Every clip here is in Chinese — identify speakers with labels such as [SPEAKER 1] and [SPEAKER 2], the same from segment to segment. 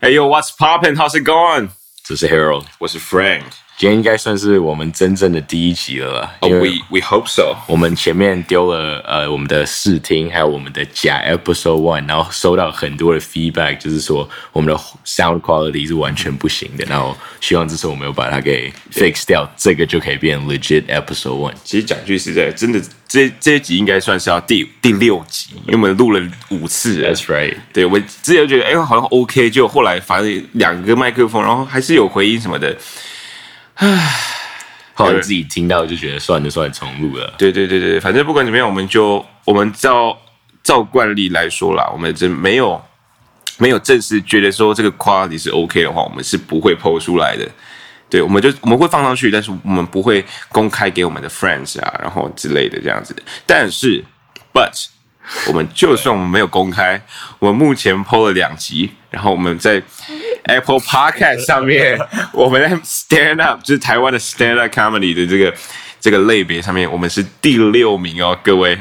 [SPEAKER 1] Hey yo, what's poppin'? How's it going?
[SPEAKER 2] 这是 Harold。
[SPEAKER 1] 我是 Frank。
[SPEAKER 2] 今天应该算是我们真正的第一集了啦，
[SPEAKER 1] Oh,
[SPEAKER 2] 因
[SPEAKER 1] we
[SPEAKER 2] 为
[SPEAKER 1] we hope so.
[SPEAKER 2] 我们前面丢了呃我们的试听，还有我们的假 Episode One，然后收到很多的 feedback，就是说我们的 sound quality 是完全不行的，然后希望这次我们有把它给 fix 掉，这个就可以变 legit Episode One。
[SPEAKER 1] 其实讲句实在，真的这这一集应该算是要第第六集，因为我们录了五次了。
[SPEAKER 2] right。
[SPEAKER 1] 对我之前就觉得哎、好像 OK，就后来反正两个麦克风，然后还是有回音什么的。
[SPEAKER 2] 后来自己听到就觉得算了算了，重录了。
[SPEAKER 1] 对对对对，反正不管怎么样，我们就我们照照惯例来说啦，我们这没有没有正式觉得说这个 quality 是 OK 的话，我们是不会抛出来的。对，我们就我们会放上去，但是我们不会公开给我们的 friends 啊，然后之类的这样子。但是，but 我们就算我们没有公开，我们目前 PO 了两集，然后我们在 Apple Podcast 上 面，我们在 Stand Up 就是台湾的 Stand Up Comedy 的这个这个类别上面，我们是第六名哦，各 位。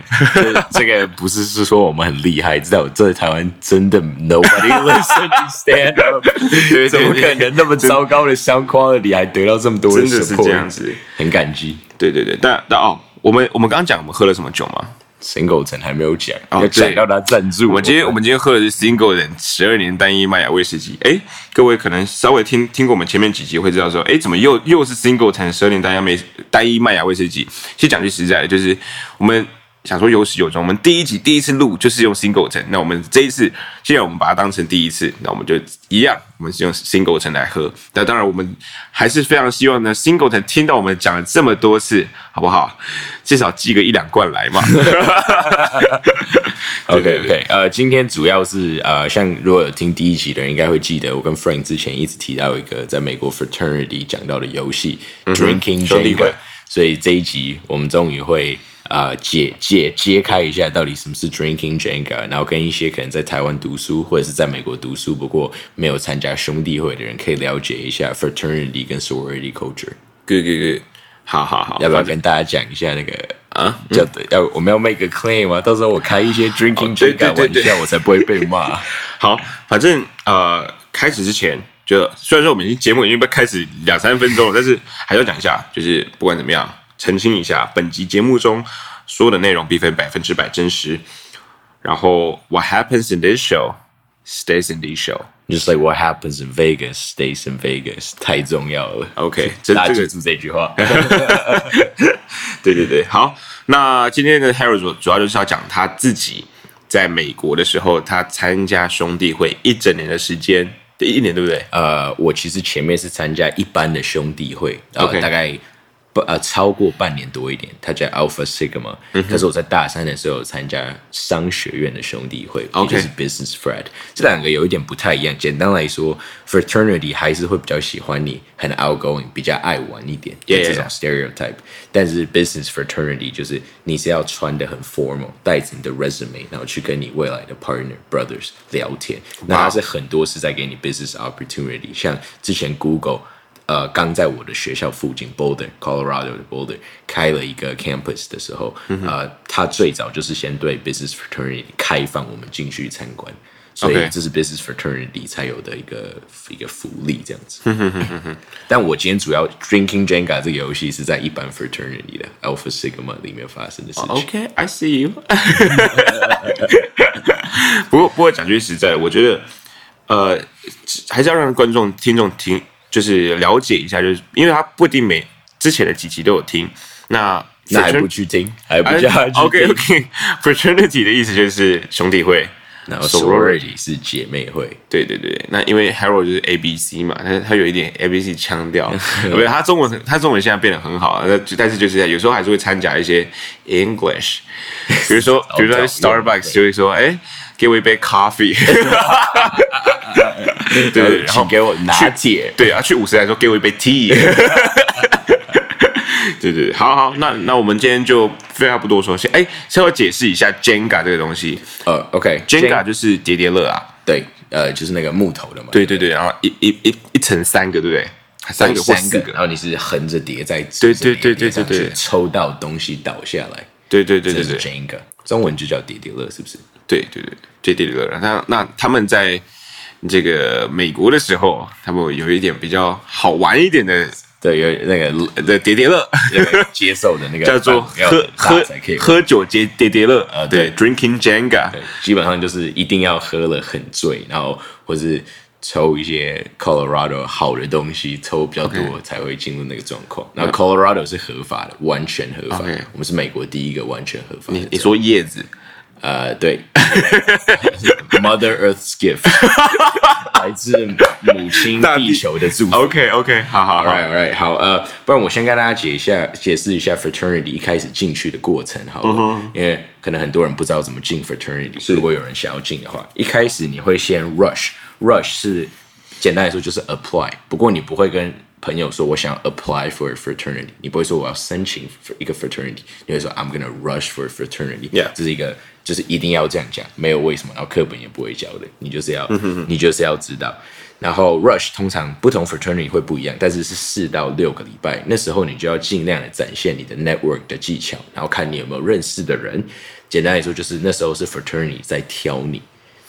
[SPEAKER 2] 这个不是是说我们很厉害，知道这台湾真的 nobody listen to stand up，
[SPEAKER 1] 对对对
[SPEAKER 2] 怎么可能那么糟糕的 sound quality 还得到这么多的
[SPEAKER 1] 真的是
[SPEAKER 2] support？
[SPEAKER 1] 这样子
[SPEAKER 2] 很感激。
[SPEAKER 1] 对对对，但但哦，我们我们刚刚讲我们喝了什么酒吗？
[SPEAKER 2] 沈狗城还没有讲，
[SPEAKER 1] 哦
[SPEAKER 2] 要讲
[SPEAKER 1] 对
[SPEAKER 2] 到他赞助。
[SPEAKER 1] 我们今天我们今天喝的是 Single 人十二年单一麦芽威士忌。哎，各位可能稍微听听过我们前面几集会知道说，哎，怎么又又是 Single 陈十二年单一麦单一麦芽威士忌？其实讲句实在的，就是我们想说有始有终。我们第一集第一次录就是用 Single 陈，那我们这一次既然我们把它当成第一次，那我们就一样，我们是用 Single 陈来喝。那当然，我们还是非常希望呢，Single 陈听到我们讲了这么多次，好不好？至少寄个一两罐 来嘛。
[SPEAKER 2] OK OK，呃，今天主要是呃，像如果有听第一集的人，应该会记得我跟 Frank 之前一直提到一个在美国 fraternity 讲到的游戏、Drinking
[SPEAKER 1] 兄弟
[SPEAKER 2] Jenga，
[SPEAKER 1] 会
[SPEAKER 2] 所以这一集我们终于会呃解解揭开一下到底什么是 Drinking Jenga，然后跟一些可能在台湾读书或者是在美国读书不过没有参加兄弟会的人，可以了解一下 fraternity 跟 sorority culture。
[SPEAKER 1] good good good，好好好，
[SPEAKER 2] 要不要跟大家讲一下那个啊？叫对，要我们要 make a claim 啊，到时候我开一些 drinking
[SPEAKER 1] 对
[SPEAKER 2] drink
[SPEAKER 1] 对
[SPEAKER 2] 啊
[SPEAKER 1] 对
[SPEAKER 2] 玩
[SPEAKER 1] 对
[SPEAKER 2] 笑，我才不会被骂。
[SPEAKER 1] 好，反正呃，开始之前，就虽然说我们已经节目已经被开始两三分钟了，但是还是要讲一下，就是不管怎么样，澄清一下，本集节目中所有的内容必非百分之百真实。然后，What happens in this show stays in this show。
[SPEAKER 2] Just like what happens in Vegas stays in Vegas，太重要了。
[SPEAKER 1] OK，这
[SPEAKER 2] 大家
[SPEAKER 1] 这
[SPEAKER 2] 记
[SPEAKER 1] 个
[SPEAKER 2] 住这句话。
[SPEAKER 1] 对对对，好，那今天的 Harry 主主要就是要讲他自己在美国的时候，他参加兄弟会一整年的时间，对一年对不对？
[SPEAKER 2] 呃，我其实前面是参加一般的兄弟会，呃
[SPEAKER 1] OK
[SPEAKER 2] 大概不呃超过半年多一点，它叫 Alpha Sigma、可
[SPEAKER 1] 嗯
[SPEAKER 2] 是我在大三的时候有参加商学院的兄弟会
[SPEAKER 1] OK
[SPEAKER 2] 也就是 Business Frat，这两个有一点不太一样。简单来说，Fraternity 还是会比较喜欢你，很 outgoing，比较爱玩一点
[SPEAKER 1] Yeah, yeah,
[SPEAKER 2] 这种 stereotype。但是 Business Fraternity 就是你是要穿的很 formal，带着你的 resume，然后去跟你未来的 partner brothers 聊天。那它是很多是在给你 business opportunity，像之前 Google。呃，刚在我的学校附近 Boulder, Colorado 的 Boulder 开了一个 campus 的时候，呃，他最早就是先对 business fraternity 开放我们进去参观，所以
[SPEAKER 1] OK
[SPEAKER 2] 这是 business fraternity 才有的一个一个福利这样子。但我今天主要 drinking Jenga 这个游戏是在一般 fraternity 的 Alpha Sigma 里面发生的事
[SPEAKER 1] 哦
[SPEAKER 2] 情。
[SPEAKER 1] OK，I、see you 不过，不过讲句实在，我觉得，呃，还是要让观众、听众听，就是了解一下，就是因为他不一定每之前的几集都有听，那呃
[SPEAKER 2] 那还 不去听，还不叫他去听。
[SPEAKER 1] OK OK fraternity 的意思就是兄弟会，
[SPEAKER 2] 然后 sorority 是姐妹会，
[SPEAKER 1] 对对对，那因为 Harold 就是 A B C 嘛，他他有一点 A B C 腔 调，不是他中文他中文现在变得很好，啊那就但是就是有时候还是会掺杂一些 English，比如 说比如说在
[SPEAKER 2] 糟糕
[SPEAKER 1] Starbucks 就会说，哎，给我一杯 coffee，对对对，然后
[SPEAKER 2] 请给我拿铁。
[SPEAKER 1] 对啊，去五十来说给我一杯 tea。对对，对好好，那那我们今天就废话不多说，先哎，稍微解释一下 Jenga 这个东西
[SPEAKER 2] 呃，OK，
[SPEAKER 1] ，Jenga 就是叠叠乐啊，
[SPEAKER 2] 对，呃，就是那个木头的嘛。
[SPEAKER 1] 对对对，然后一一一一层三个，对不对？三个或
[SPEAKER 2] 哦三
[SPEAKER 1] 四
[SPEAKER 2] 个，然
[SPEAKER 1] 个，
[SPEAKER 2] 后你是横着叠在
[SPEAKER 1] 对对对对对
[SPEAKER 2] 上去
[SPEAKER 1] 对
[SPEAKER 2] 抽到东西倒下来，
[SPEAKER 1] 对对对对
[SPEAKER 2] 这是
[SPEAKER 1] 对
[SPEAKER 2] Jenga，中文就叫叠叠乐，是不是？
[SPEAKER 1] 对对对，这第六个人。那那他们在这个美国的时候，他们有一点比较好玩一点的
[SPEAKER 2] 对，有那个
[SPEAKER 1] 的叠叠乐，
[SPEAKER 2] 那个接受的那个
[SPEAKER 1] 叫做
[SPEAKER 2] 范围要
[SPEAKER 1] 喝
[SPEAKER 2] 很大
[SPEAKER 1] 喝
[SPEAKER 2] 才可以玩，
[SPEAKER 1] 喝酒节叠叠乐，
[SPEAKER 2] 呃
[SPEAKER 1] 对，drinking Jenga，
[SPEAKER 2] 对，基本上就是一定要喝了很醉，然后或是抽一些 Colorado 好的东西，抽比较多才会进入那个状况。然后 Colorado 是合法的，完全合法
[SPEAKER 1] OK
[SPEAKER 2] 我们是美国第一个完全合法的州。
[SPEAKER 1] 你说叶子，
[SPEAKER 2] 呃， 对，Mother Earth's gift，来自母亲
[SPEAKER 1] 大地
[SPEAKER 2] 地球的祝福。
[SPEAKER 1] OK OK，好好
[SPEAKER 2] All right, all right，好，呃，不然我先跟大家解一下，解释一下 fraternity 一开始进去的过程好了因为可能很多人不知道怎么进 fraternity。如果有人想要进的话，一开始你会先 rush，rush 是简单来说就是 apply，不过你不会跟朋友说我想 apply for a fraternity，你不会说我要申请 for 一个 fraternity，你会说 I'm gonna rush for a fraternity。
[SPEAKER 1] Yeah
[SPEAKER 2] 这是一个就是一定要这样讲，没有为什么，然后课本也不会教的，你就是要、你就是要知道。然后 rush 通常不同 fraternity 会不一样，但是是四到六个礼拜，那时候你就要尽量的展现你的 network 的技巧，然后看你有没有认识的人。简单来说，就是那时候是 fraternity 在挑你，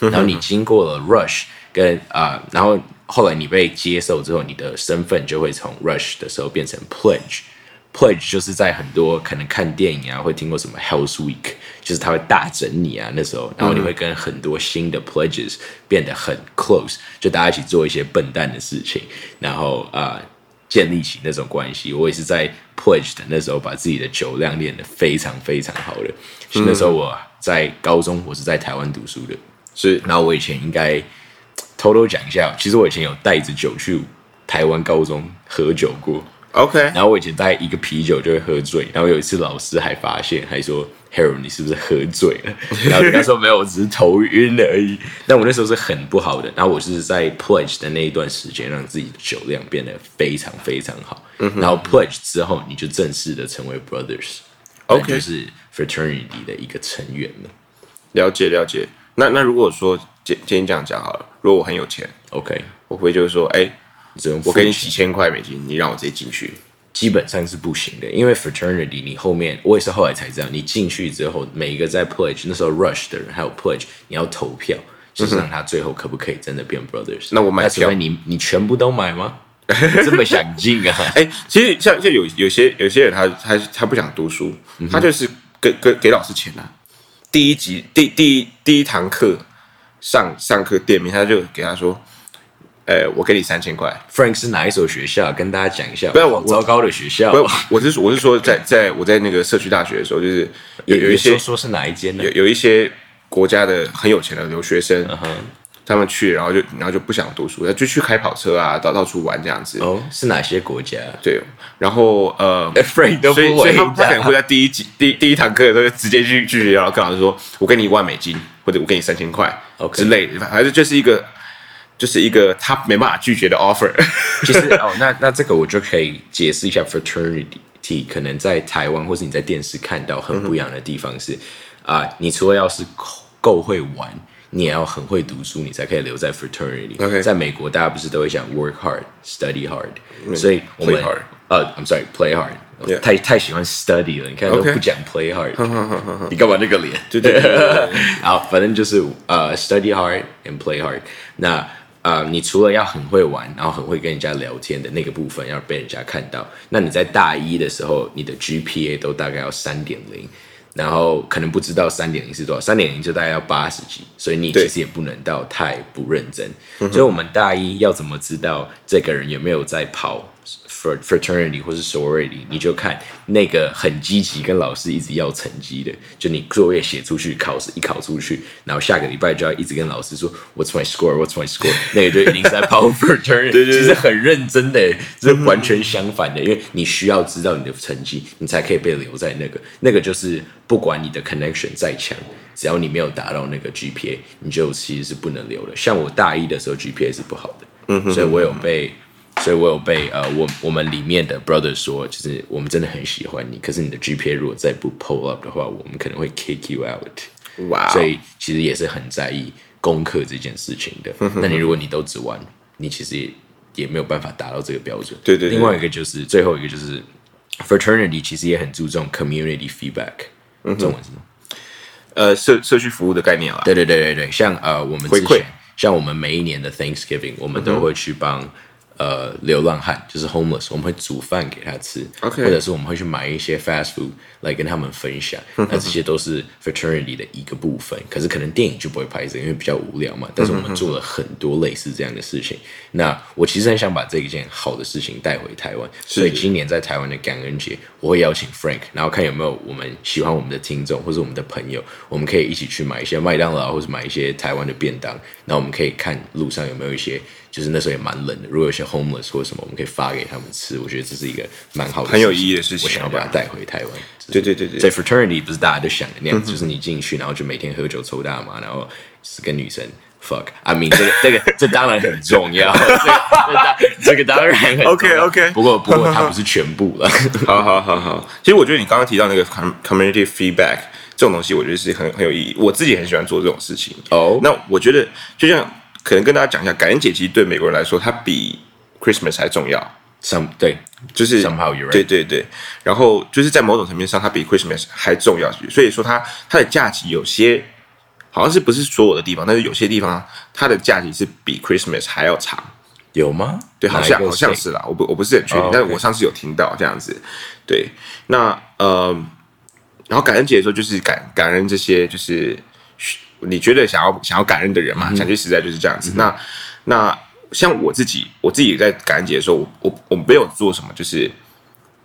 [SPEAKER 2] 然后你经过了 rush 跟啊、然后后来你被接受之后，你的身份就会从 rush 的时候变成 pledge。pledge 就是在很多可能看电影啊，会听过什么 Health Week，就是他会大整你啊，那时候，然后你会跟很多新的 pledges 变得很 close，就大家一起做一些笨蛋的事情，然后啊、呃建立起那种关系。我也是在 pledge 的那时候，把自己的酒量练得非常非常好的。是那时候我在高中，我是在台湾读书的，
[SPEAKER 1] 是
[SPEAKER 2] 然后我以前应该偷偷讲一下，其实我以前有带着酒去台湾高中喝酒过。
[SPEAKER 1] OK，
[SPEAKER 2] 然后我以前带一个啤酒就会喝醉，然后有一次老师还发现，还说 Harold 你是不是喝醉了？然后我跟他说没有，我只是头晕而已。但我那时候是很不好的，然后我是在 pledge 的那一段时间，让自己的酒量变得非常非常好。
[SPEAKER 1] 嗯
[SPEAKER 2] 然后 pledge 之后，你就正式的成为 brothers，
[SPEAKER 1] OK
[SPEAKER 2] 那就是 fraternity 的一个成员了。
[SPEAKER 1] 了解了解。那那如果说今今天这样讲好了，如果我很有钱，
[SPEAKER 2] OK，
[SPEAKER 1] 我会就是说，哎、
[SPEAKER 2] 只用
[SPEAKER 1] 我给你
[SPEAKER 2] 付钱
[SPEAKER 1] 几千块美金，你让我直接进去。
[SPEAKER 2] 基本上是不行的，因为 fraternity 你后面我也是后来才知道，你进去之后，每一个在 pledge 那时候 rush 的人还有 pledge，你要投票，就是让他最后可不可以真的变 brothers。
[SPEAKER 1] 嗯那我买
[SPEAKER 2] 除非你你全部都 买吗？这么想进啊？
[SPEAKER 1] 哎、其实像像有有些有些人他他他不想读书，
[SPEAKER 2] 嗯
[SPEAKER 1] 他就是给给给老师钱啊。第一集第第一第一堂课上上课店名，他就给他说，呃，我给你三千块。
[SPEAKER 2] Frank 是哪一所学校？跟大家讲一下。
[SPEAKER 1] 不要我
[SPEAKER 2] 好糟糕的学校
[SPEAKER 1] 不，，我是我是说在在我在那个社区大学的时候，就是有
[SPEAKER 2] 也
[SPEAKER 1] 有一些
[SPEAKER 2] 说说是哪一间呢
[SPEAKER 1] 有？有一些国家的很有钱的留学生，
[SPEAKER 2] 嗯
[SPEAKER 1] 他们去然后就然后就不想读书，就去开跑车啊，到到处玩这样子。
[SPEAKER 2] 哦，哎是哪些 国家
[SPEAKER 1] 对，然后呃
[SPEAKER 2] ？Frank 都不
[SPEAKER 1] 所以，所
[SPEAKER 2] 回
[SPEAKER 1] 以他们他可能
[SPEAKER 2] 答。
[SPEAKER 1] 会在第一集、 第第一堂课的时候就直接去去学校，然后跟老师说：“我给你一万美金，或者我给你三千块
[SPEAKER 2] OK
[SPEAKER 1] 之类的。”反正就是一个，就是一个他没办法拒绝的 offer。
[SPEAKER 2] 其实哦，那那这个我就可以解释一下 fraternity 可能在台湾或是你在电视看到很不一样的地方是啊、你除了要是够会玩，你也要很会读书，你才可以留在 fraternity。
[SPEAKER 1] OK
[SPEAKER 2] 在美国，大家不是都会讲 work hard, study hard，、所以我们
[SPEAKER 1] play hard
[SPEAKER 2] 呃，I'm sorry, play hard。
[SPEAKER 1] Yeah
[SPEAKER 2] 太太喜欢 study 了，你看都
[SPEAKER 1] OK
[SPEAKER 2] 不讲 play hard，你干嘛那个脸？
[SPEAKER 1] 对对对对对
[SPEAKER 2] 好，反正就是呃、s t u d y hard and play hard 那。呃，你除了要很会玩，然后很会跟人家聊天的那个部分要被人家看到，那你在大一的时候，你的 GPA 都大概要三点零，然后可能不知道三点零是多少，三点零就大概要八十几，所以你
[SPEAKER 1] 对
[SPEAKER 2] 其实也不能到太不认真。所以我们大一要怎么知道这个人有没有在跑 fr- fraternity 或是 sorority？你就看那个很积极跟老师一直要成绩的，就你作业写出去，考试一考出去，然后下个礼拜就要一直跟老师说 What's my score? What's my score? 那个就一定是在跑 fraternity，
[SPEAKER 1] 对对嗯
[SPEAKER 2] 其实很认真的，这是完全相反的，因为你需要知道你的成绩，你才可以被留在那个。那个就是不管你的 connection 再强，只要你没有达到那个 GPA，你就其实是不能留的。像我大一的时候 GPA 是不好的，嗯，所以我有被，所以我有被呃，我我们里面的 brother 说，就是我们真的很喜欢你，可是你的 GPA 如果再不 pull up 的话，我们可能会 kick you out。
[SPEAKER 1] 哇、
[SPEAKER 2] 所以其实也是很在意功课这件事情
[SPEAKER 1] 嗯
[SPEAKER 2] 的。那你如果你都只玩，你其实也也没有办法达到这个标准。
[SPEAKER 1] 对对对
[SPEAKER 2] 另外一个就是最后一个就是 fraternity 其实也很注重 community feedback，、中文是什
[SPEAKER 1] 嗯
[SPEAKER 2] 么？
[SPEAKER 1] 呃，社社区服务的概念啦，
[SPEAKER 2] 对对对对对，像呃我们
[SPEAKER 1] 回
[SPEAKER 2] 之
[SPEAKER 1] 馈嗯
[SPEAKER 2] 前像我们每一年的 Thanksgiving，我们都会去帮、呃流浪汉，就是 homeless，我们会煮饭给他吃
[SPEAKER 1] OK
[SPEAKER 2] 或者是我们会去买一些 fast food 来跟他们分享。那这些都是 fraternity 的一个部分，可是可能电影就不会拍这个，因为比较无聊嘛。但是我们做了很多类似这样的事情。那我其实很想把这一件好的事情带回台湾，所以今年在台湾的感恩节，我会邀请 Frank，然后看有没有我们喜欢我们的听众或者我们的朋友，我们可以一起去买一些麦当劳或者买一些台湾的便当，那我们可以看路上有没有一些，就是那时候也蛮冷的，如果有些 homeless 或者什么，我们可以发给他们吃。我觉得这是一个蛮好的
[SPEAKER 1] 很有意义的事情啊
[SPEAKER 2] 我想要把它带回台湾。
[SPEAKER 1] 对嗯对对对
[SPEAKER 2] 在 fraternity 不是大家都想的那样，子，就是你进去，然后就每天喝酒抽大麻，然后是跟女生 fuck。I mean，这个这个 这当然很重要，这个这当这个当然很重要
[SPEAKER 1] OK，OK
[SPEAKER 2] 不过不过它不是全部 了。
[SPEAKER 1] 好好好好，其实我觉得你刚刚提到那个 com- community feedback 这种东西，我觉得是很很有意义。我自己很喜欢做这种事情。
[SPEAKER 2] 哦
[SPEAKER 1] 那我觉得就像可能跟大家讲一下，感恩节其实对美国人来说，它比 Christmas 还重要。
[SPEAKER 2] some 对
[SPEAKER 1] 就是
[SPEAKER 2] Somehow you're right
[SPEAKER 1] 对对对，然后就是在某种层面上，它比 Christmas 还重要，所以说它它的假期有些好像是不是所有的地方，但是有些地方它的假期是比 Christmas 还要长，
[SPEAKER 2] 有吗？
[SPEAKER 1] 对，好像
[SPEAKER 2] 哪一个
[SPEAKER 1] 好像
[SPEAKER 2] state？
[SPEAKER 1] 是啦，我不我不是很确定
[SPEAKER 2] 哦，
[SPEAKER 1] 但是
[SPEAKER 2] OK
[SPEAKER 1] 我上次有听到这样子，对，那呃，然后感恩节的时候就是感感恩这些就是你觉得想要想要感恩的人
[SPEAKER 2] 嗯
[SPEAKER 1] 嘛，讲句实在就是这样子。那那像我自己，我自己在感恩节的时候，我我我没有做什么，就是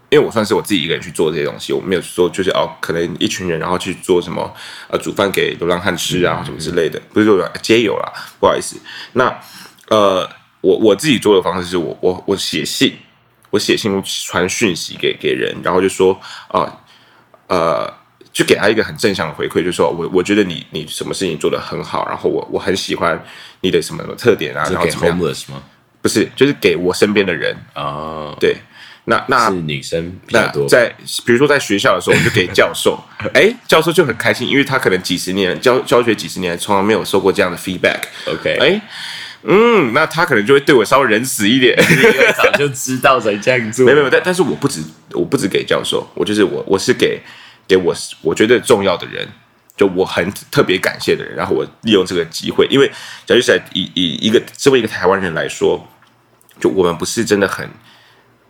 [SPEAKER 1] 因为我算是我自己一个人去做这些东西，我没有说就是哦，可能一群人然后去做什么呃煮饭给流浪汉吃
[SPEAKER 2] 嗯
[SPEAKER 1] 啊、什么之类的，不是说街友啦，不好意思。那呃，我我自己做的方式是我我我写信，我写信传讯息给给人，然后就说啊、呃，就给他一个很正向的回馈，就说我我觉得你你什么事情做得很好，然后我我很喜欢你的什么什么特点啊，然后
[SPEAKER 2] 给
[SPEAKER 1] 怎么样？
[SPEAKER 2] homeless 吗？
[SPEAKER 1] 不是，就是给我身边的人，
[SPEAKER 2] 哦，
[SPEAKER 1] 对，那那
[SPEAKER 2] 是女生比较
[SPEAKER 1] 那
[SPEAKER 2] 多。
[SPEAKER 1] 在比如说在学校的时候，我就给教 授，哎，教授就很开心，因为他可能几十年教教学几十年，从来没有受过这样的 feedback。
[SPEAKER 2] OK
[SPEAKER 1] 哎，嗯，那他可能就会对我稍微仁慈一点。
[SPEAKER 2] 因为早就知道谁这样做
[SPEAKER 1] 没有没有，但但是我不止我不止给教授，我就是我我是给给我我觉得重要的人，就我很特别感谢的人，然后我利用这个机会，因为假如在以以一个作为一个台湾人来说，就我们不是真的很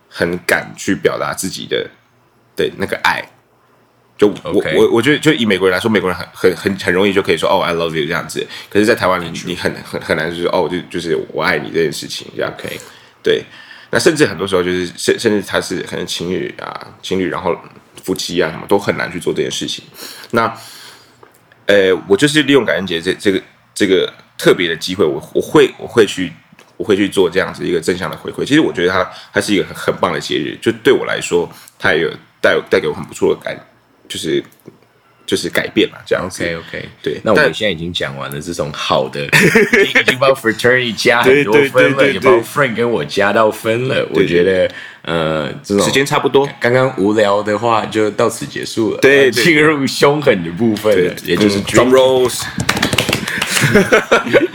[SPEAKER 1] 很敢去表达自己的的那个爱。就我
[SPEAKER 2] OK
[SPEAKER 1] 我我觉得，就以美国人来说，美国人很很很很容易就可以说哦、i love you 这样子。可是，在台湾你你很很很难就是哦，就就是我爱你这件事情这样。
[SPEAKER 2] OK，
[SPEAKER 1] 对，那甚至很多时候就是甚甚至他是可能情侣啊，情侣然后夫妻啊什么都很难去做这件事情。那呃，我就是利用感恩节这这个这个特别的机会，我我会我会去我会去做这样子一个正向的回馈。其实我觉得它它是一个很很棒的节日，就对我来说，它也有带带给我很不错的感，就是就是改变嘛，这样子。
[SPEAKER 2] OK OK，
[SPEAKER 1] 对
[SPEAKER 2] 那我
[SPEAKER 1] 但
[SPEAKER 2] 们现在已经讲完了这种 好的，已经已经帮 fraternity 加很多
[SPEAKER 1] 对对
[SPEAKER 2] 分了，
[SPEAKER 1] 对对
[SPEAKER 2] 也帮
[SPEAKER 1] 对
[SPEAKER 2] friend 跟我加到分了。我
[SPEAKER 1] 对
[SPEAKER 2] 觉得呃，这种
[SPEAKER 1] 时间差不多，
[SPEAKER 2] 刚刚无聊的话就到此结束了，
[SPEAKER 1] 对
[SPEAKER 2] 呃
[SPEAKER 1] 对
[SPEAKER 2] 进入凶狠的部分了，也就是
[SPEAKER 1] 嗯 drum
[SPEAKER 2] drink,
[SPEAKER 1] rolls。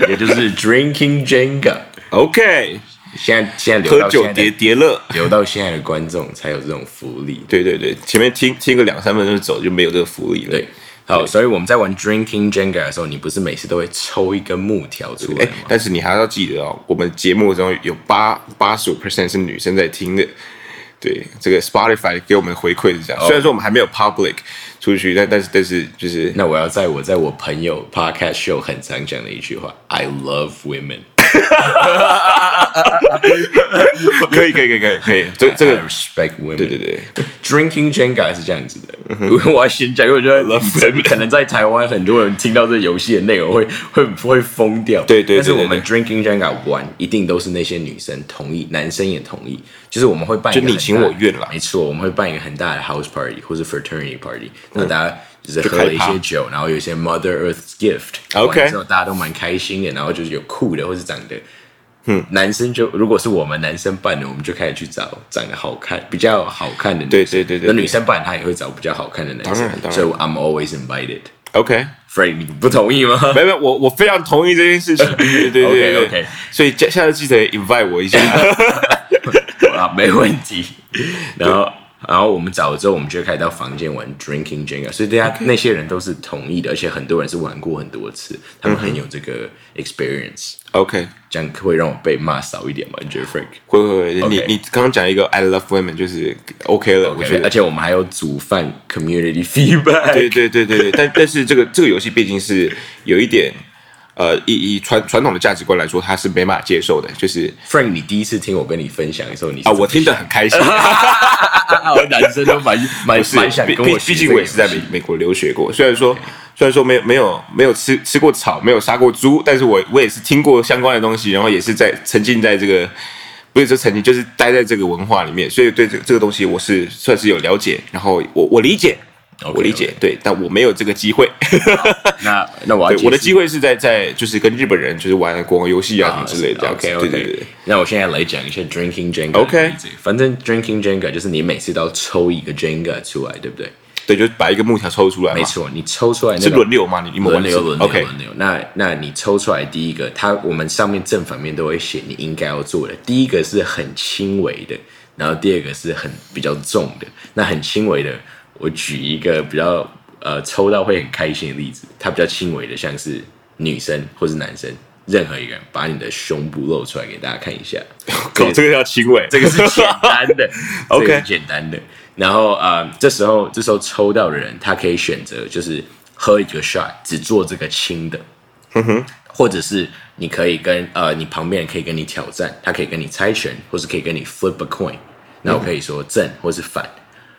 [SPEAKER 2] 也就是 drinking Jenga。
[SPEAKER 1] OK，
[SPEAKER 2] 现在现在留
[SPEAKER 1] 喝
[SPEAKER 2] 到
[SPEAKER 1] 酒
[SPEAKER 2] 现在
[SPEAKER 1] 叠
[SPEAKER 2] 的
[SPEAKER 1] 叠乐。
[SPEAKER 2] 留到现在的观众才有这种福利，
[SPEAKER 1] 对对对，前面听听个两三分钟就走就没有这个福利了。
[SPEAKER 2] 对。好，所以我们在玩 drinking Jenga 的时候，你不是每次都会抽一根木条出来
[SPEAKER 1] 哎
[SPEAKER 2] 吗？，
[SPEAKER 1] 但是你还要记得哦，我们节目中有八八十五 percent 是女生在听的。对，这个 Spotify 给我们的回馈是这样，虽然说我们还没有 public 出去，但但是但是 就是
[SPEAKER 2] 那我要在我在我朋友 podcast show 很常讲的一句话，I love women。
[SPEAKER 1] 可以可以可以可以可以， 这这个
[SPEAKER 2] I respect women。
[SPEAKER 1] 对对对
[SPEAKER 2] Drinking Jenga 是这样子的，
[SPEAKER 1] 嗯
[SPEAKER 2] 我要先讲，因为 我觉得可能在台湾很多人听到这游戏的内容会 会会疯掉。
[SPEAKER 1] 对对对
[SPEAKER 2] 但是
[SPEAKER 1] 对
[SPEAKER 2] 我们 Drinking Jenga 玩一定都是那些女生同意，男生也同意，就是我们会办一个
[SPEAKER 1] 就你
[SPEAKER 2] 很大
[SPEAKER 1] 情我愿啦
[SPEAKER 2] 没错，我们会办一个很大的 house party 或是 fraternity party，那大家就是
[SPEAKER 1] 嗯就
[SPEAKER 2] 喝
[SPEAKER 1] 开
[SPEAKER 2] 了一
[SPEAKER 1] 趴
[SPEAKER 2] 些酒，然后有一些 Mother Earth's gift，
[SPEAKER 1] OK
[SPEAKER 2] 完之后大家都蛮开心的，然后就是有酷的或是长得。男生就如果是我们男生办的，我们就开始去找长得好看、比较好看的女生。
[SPEAKER 1] 对对对对
[SPEAKER 2] 那女生办她也会找比较好看的男
[SPEAKER 1] 当
[SPEAKER 2] 生
[SPEAKER 1] 然，当然
[SPEAKER 2] 所以 I'm always invited。
[SPEAKER 1] ，OK，
[SPEAKER 2] Frank，你不同意吗？
[SPEAKER 1] 没有没有，我我非常同意这件事情， 对对对对
[SPEAKER 2] OK，OK
[SPEAKER 1] 对所以 下下次记得 invite 我一下，
[SPEAKER 2] 啊，没问题。然后然后我们找了之后，我们就开始到房间玩 drinking Jenga，所以大家那些人都是同意的，而且很多人是玩过很多次，他们很有这
[SPEAKER 1] 嗯
[SPEAKER 2] 个 experience，、
[SPEAKER 1] OK，
[SPEAKER 2] 这样会让我被骂少一点吗？你觉得 Frank？
[SPEAKER 1] 会会会，你
[SPEAKER 2] OK
[SPEAKER 1] 你刚刚讲一个 I love women 就是 OK 了，我觉
[SPEAKER 2] 而
[SPEAKER 1] 得。
[SPEAKER 2] 且我们还有煮饭 community feedback，
[SPEAKER 1] 对对对对对，但但是这个这个游戏毕竟是有一点，呃，以以传传统的价值观来说，它是没办法接受的。就是
[SPEAKER 2] Frank，你第一次听我跟你分享的时候，你是
[SPEAKER 1] 啊，我听得很开 心，
[SPEAKER 2] 啊，我男生都蛮蛮
[SPEAKER 1] 是
[SPEAKER 2] 蛮想
[SPEAKER 1] 毕
[SPEAKER 2] 跟我
[SPEAKER 1] 毕毕
[SPEAKER 2] 学这
[SPEAKER 1] 竟
[SPEAKER 2] 个
[SPEAKER 1] 我
[SPEAKER 2] 游
[SPEAKER 1] 也
[SPEAKER 2] 戏
[SPEAKER 1] 是在美美国留学过，虽然说虽然说没有没有没有吃吃过草，没有杀过猪，但是我我也是听过相关的东西，然后也是在沉浸在这个。不是说沉浸，就是待在这个文化里面，所以对这这个东西我是算是有了解，然后我我理解
[SPEAKER 2] OK，
[SPEAKER 1] 我理解对，但我没有这个机会。
[SPEAKER 2] 那那我要
[SPEAKER 1] 对，我的
[SPEAKER 2] 解释
[SPEAKER 1] 机会是在在就是跟日本人就是玩国王游戏啊什
[SPEAKER 2] 啊
[SPEAKER 1] 么之类的这样子。对
[SPEAKER 2] OK
[SPEAKER 1] 对对
[SPEAKER 2] OK，，那我现在来讲一下 drinking Jenga。
[SPEAKER 1] OK
[SPEAKER 2] 反正 drinking Jenga 就是你每次都要抽一个 Jenga 出来，对不对？
[SPEAKER 1] 对，就把一个木条抽出来嘛
[SPEAKER 2] 没，错，你抽出来那
[SPEAKER 1] 是
[SPEAKER 2] 个
[SPEAKER 1] 轮流嘛？你你们
[SPEAKER 2] 轮
[SPEAKER 1] 玩的是
[SPEAKER 2] 流轮流
[SPEAKER 1] OK
[SPEAKER 2] 轮流。那那你抽出来第一个，它我们上面正反面都会写你应该要做的。第一个是很轻微的，然后第二个是很比较重的。那很轻微的，我举一个比较呃抽到会很开心的例子，它比较轻微的，像是女生或是男生，任何一个人把你的胸部露出来给大家看一 下。
[SPEAKER 1] 搞这个叫轻微，
[SPEAKER 2] 这个 是简单的
[SPEAKER 1] OK
[SPEAKER 2] 这个是简单的。然后呃，这时候这时候抽到的人，他可以选择就是喝一个 shot，只做这个轻的，或者是你可以跟呃你旁边人可以跟你挑战，他可以跟你猜拳，或是可以跟你 flip a coin，那我可以说正或是反。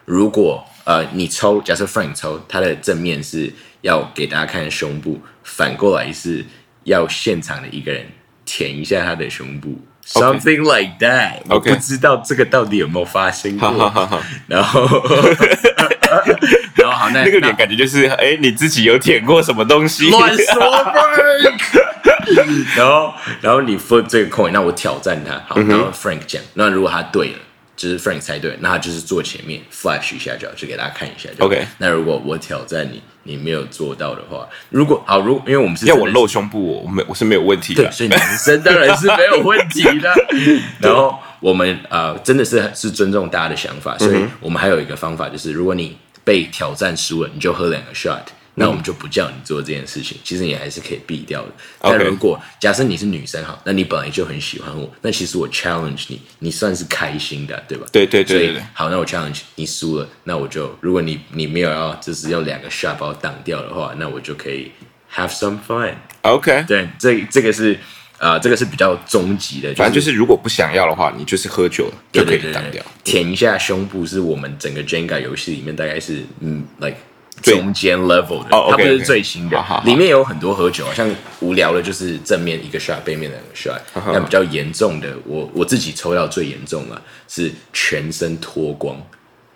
[SPEAKER 2] 如果呃你抽，假设 Frank 抽，他的正面是要给大家看胸部，反过来是要现场的一个人舔一下他的胸部。Something like that，我
[SPEAKER 1] OK
[SPEAKER 2] 不知道这个到底有没有发生过。
[SPEAKER 1] 哈哈哈哈
[SPEAKER 2] 然后，然后好，那
[SPEAKER 1] 那个脸感觉就是哎，你自己有舔过什么东西？
[SPEAKER 2] 乱说 Frank。然后，然后你 flip 这个 coin，那我挑战他，
[SPEAKER 1] 嗯
[SPEAKER 2] 好，然后 Frank 讲，那如果他对了，就是 Frank 猜对了，那他就是坐前面 flash 一下就好，就给大家看一下就好
[SPEAKER 1] OK
[SPEAKER 2] 那如果我挑战你，你没有做到的话，如果好，如因为我们是
[SPEAKER 1] 要
[SPEAKER 2] 真
[SPEAKER 1] 我
[SPEAKER 2] 的是
[SPEAKER 1] 露胸部，我我没我是没有问题啊
[SPEAKER 2] 对，
[SPEAKER 1] 的。
[SPEAKER 2] 所以男生当然是没有问题 的。然后我们呃，真的是是尊重大家的想法，所
[SPEAKER 1] 嗯
[SPEAKER 2] 以我们还有一个方法，就是如果你被挑战输了，你就喝两个 shot。那我们就不叫你做这件事情，其实你还是可以避掉的。但
[SPEAKER 1] OK
[SPEAKER 2] 如果假设你是女生好，那你本来就很喜欢我，那其实我 challenge 你，你算是开心的，对吧？
[SPEAKER 1] 对对对
[SPEAKER 2] 所以
[SPEAKER 1] 对对
[SPEAKER 2] 好，那我 challenge 你输了，那我就如果你你没有要就是用两个 shot 把我挡掉的话，那我就可以 have some fun。
[SPEAKER 1] OK，
[SPEAKER 2] 对，这这个是呃，这个是比较终极的，
[SPEAKER 1] 反正就是如果不想要的话，你就是喝酒就
[SPEAKER 2] 对
[SPEAKER 1] 可
[SPEAKER 2] 对
[SPEAKER 1] 以
[SPEAKER 2] 对
[SPEAKER 1] 挡
[SPEAKER 2] 对
[SPEAKER 1] 掉。
[SPEAKER 2] 舔一下胸部是我们整个 Jenga 游戏里面大概是嗯，like
[SPEAKER 1] 最
[SPEAKER 2] 中间 level 的，
[SPEAKER 1] 哦，OK，
[SPEAKER 2] 它不是
[SPEAKER 1] OK
[SPEAKER 2] 最新的
[SPEAKER 1] 好好，好
[SPEAKER 2] 里面有很多喝酒，啊像无聊的就是正面一个 shot，背面两个 shot，但比较严重的，我我自己抽到最严重了是全身脱光，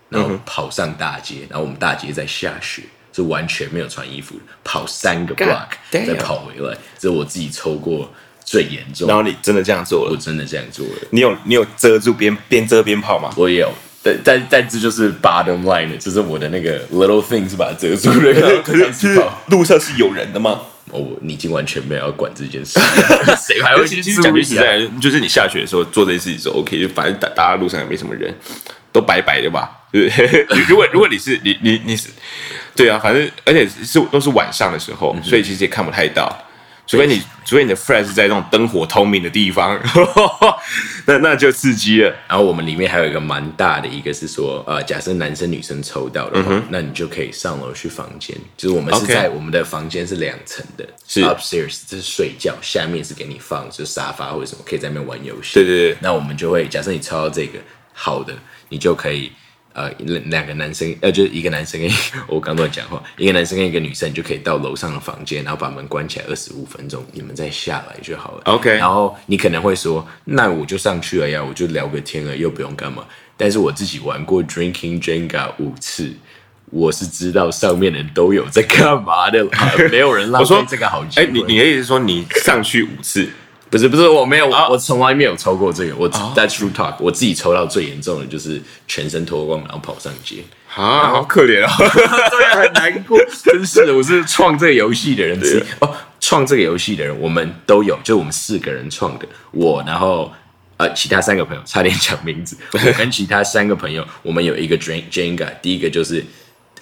[SPEAKER 2] 然后跑上大街，然后我们大街在下雪。是完全没有穿衣服的，跑三个
[SPEAKER 1] God
[SPEAKER 2] block，
[SPEAKER 1] damn
[SPEAKER 2] 再跑回来，这是我自己抽过最严重的
[SPEAKER 1] 然后你真的这样做
[SPEAKER 2] 我
[SPEAKER 1] 了，
[SPEAKER 2] 真的这样做了，
[SPEAKER 1] 你有你有遮住边边遮边泡吗？
[SPEAKER 2] 我也有，但但但这就是 bottom line 的，就是我的那个 little thing 是把它遮住了。然后开始跑
[SPEAKER 1] 路上是有人的吗？
[SPEAKER 2] 哦，你已经完全没有要管这件事， 谁还会
[SPEAKER 1] 其
[SPEAKER 2] 去
[SPEAKER 1] 实讲
[SPEAKER 2] 注
[SPEAKER 1] 句
[SPEAKER 2] 意
[SPEAKER 1] 实
[SPEAKER 2] 啊？
[SPEAKER 1] 在，就是你下雪的时候做这件事情是 OK，就反正大大家路上也没什么人，都白白的吧。就是 如果如果你是你你你是，对啊，反正而且是都是晚上的时候，
[SPEAKER 2] 嗯
[SPEAKER 1] 所以其实也看不太到，除非你除非你的 friend 是在那种灯火通明的地方， 那那就刺激了。
[SPEAKER 2] 然后我们里面还有一个蛮大的，一个是说，呃，假设男生女生抽到的话，那你就可以上楼去房间，就是我们是
[SPEAKER 1] OK
[SPEAKER 2] 在我们的房间是两层的，
[SPEAKER 1] 是
[SPEAKER 2] upstairs 这是睡觉，下面是给你放就是沙发或者什么，可以在那边玩游戏。
[SPEAKER 1] 对对对
[SPEAKER 2] 那我们就会假设你抽到这个好的，你就可以呃两两个男生呃就是一个男生跟我刚乱讲话，一个男生跟一个女生，你就可以到楼上的房间，然后把门关起来二十五分钟，你们再下来就好了。
[SPEAKER 1] OK
[SPEAKER 2] 然后你可能会说，那我就上去了呀，我就聊个天了，又不用干嘛。但是我自己玩过 Drinking Jenga 五次。我是知道上面的人都有在干嘛的啦，没有人浪
[SPEAKER 1] 我说
[SPEAKER 2] 费这个好机
[SPEAKER 1] 哎、
[SPEAKER 2] 会。
[SPEAKER 1] 你你的意思是说你上去五次，
[SPEAKER 2] 不是不是，我没有，
[SPEAKER 1] 啊
[SPEAKER 2] 我从来没有抽过这个。我 That's true talk，我自己抽到最严重的就是全身脱光，然后跑上街，
[SPEAKER 1] 啊，好可怜哦。
[SPEAKER 2] 对啊，很难过。真是的，我是创这个游戏的人之一哦，创这个游戏的人，我们都有，就我们四个人创的，我，然后。呃，其他三个朋友差点讲名 字，我跟其他三个朋友，我们有一个 drink Jenga，第一个就是